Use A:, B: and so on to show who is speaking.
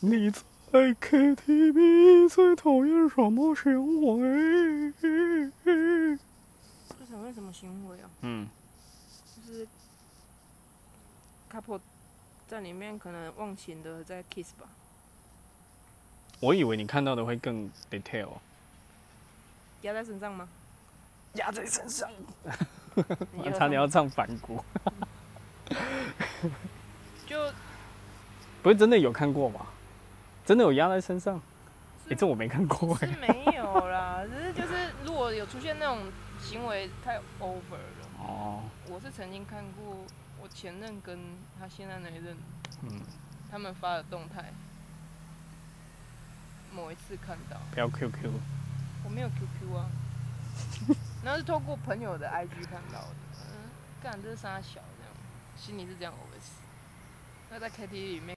A: 你在 KTV 最讨厌什么行为？
B: 最讨厌什么行为啊？
A: 嗯，
B: 就是 couple 在里面可能忘情的在 kiss 吧。
A: 我以为你看到的会更 detail。
B: 压在身上吗？
A: 压在身 上，
B: 你
A: 我
B: 压
A: 差点要唱反骨。
B: 就
A: 不是真的有看过吗？真的有压在身上？哎、
B: 是
A: 这我没看过哎、
B: 是没有啦，只是就是如果有出现那种行为太 over 了。
A: 哦，
B: 我是曾经看过我前任跟他现在那一任
A: 嗯，
B: 他们发的动态，某一次看到，
A: 不要 QQ。
B: 我没有 QQ 啊，然后是透过朋友的 IG 看到的，嗯，干这是傻小这样，心里是这样 OS。那在 KTV 里面。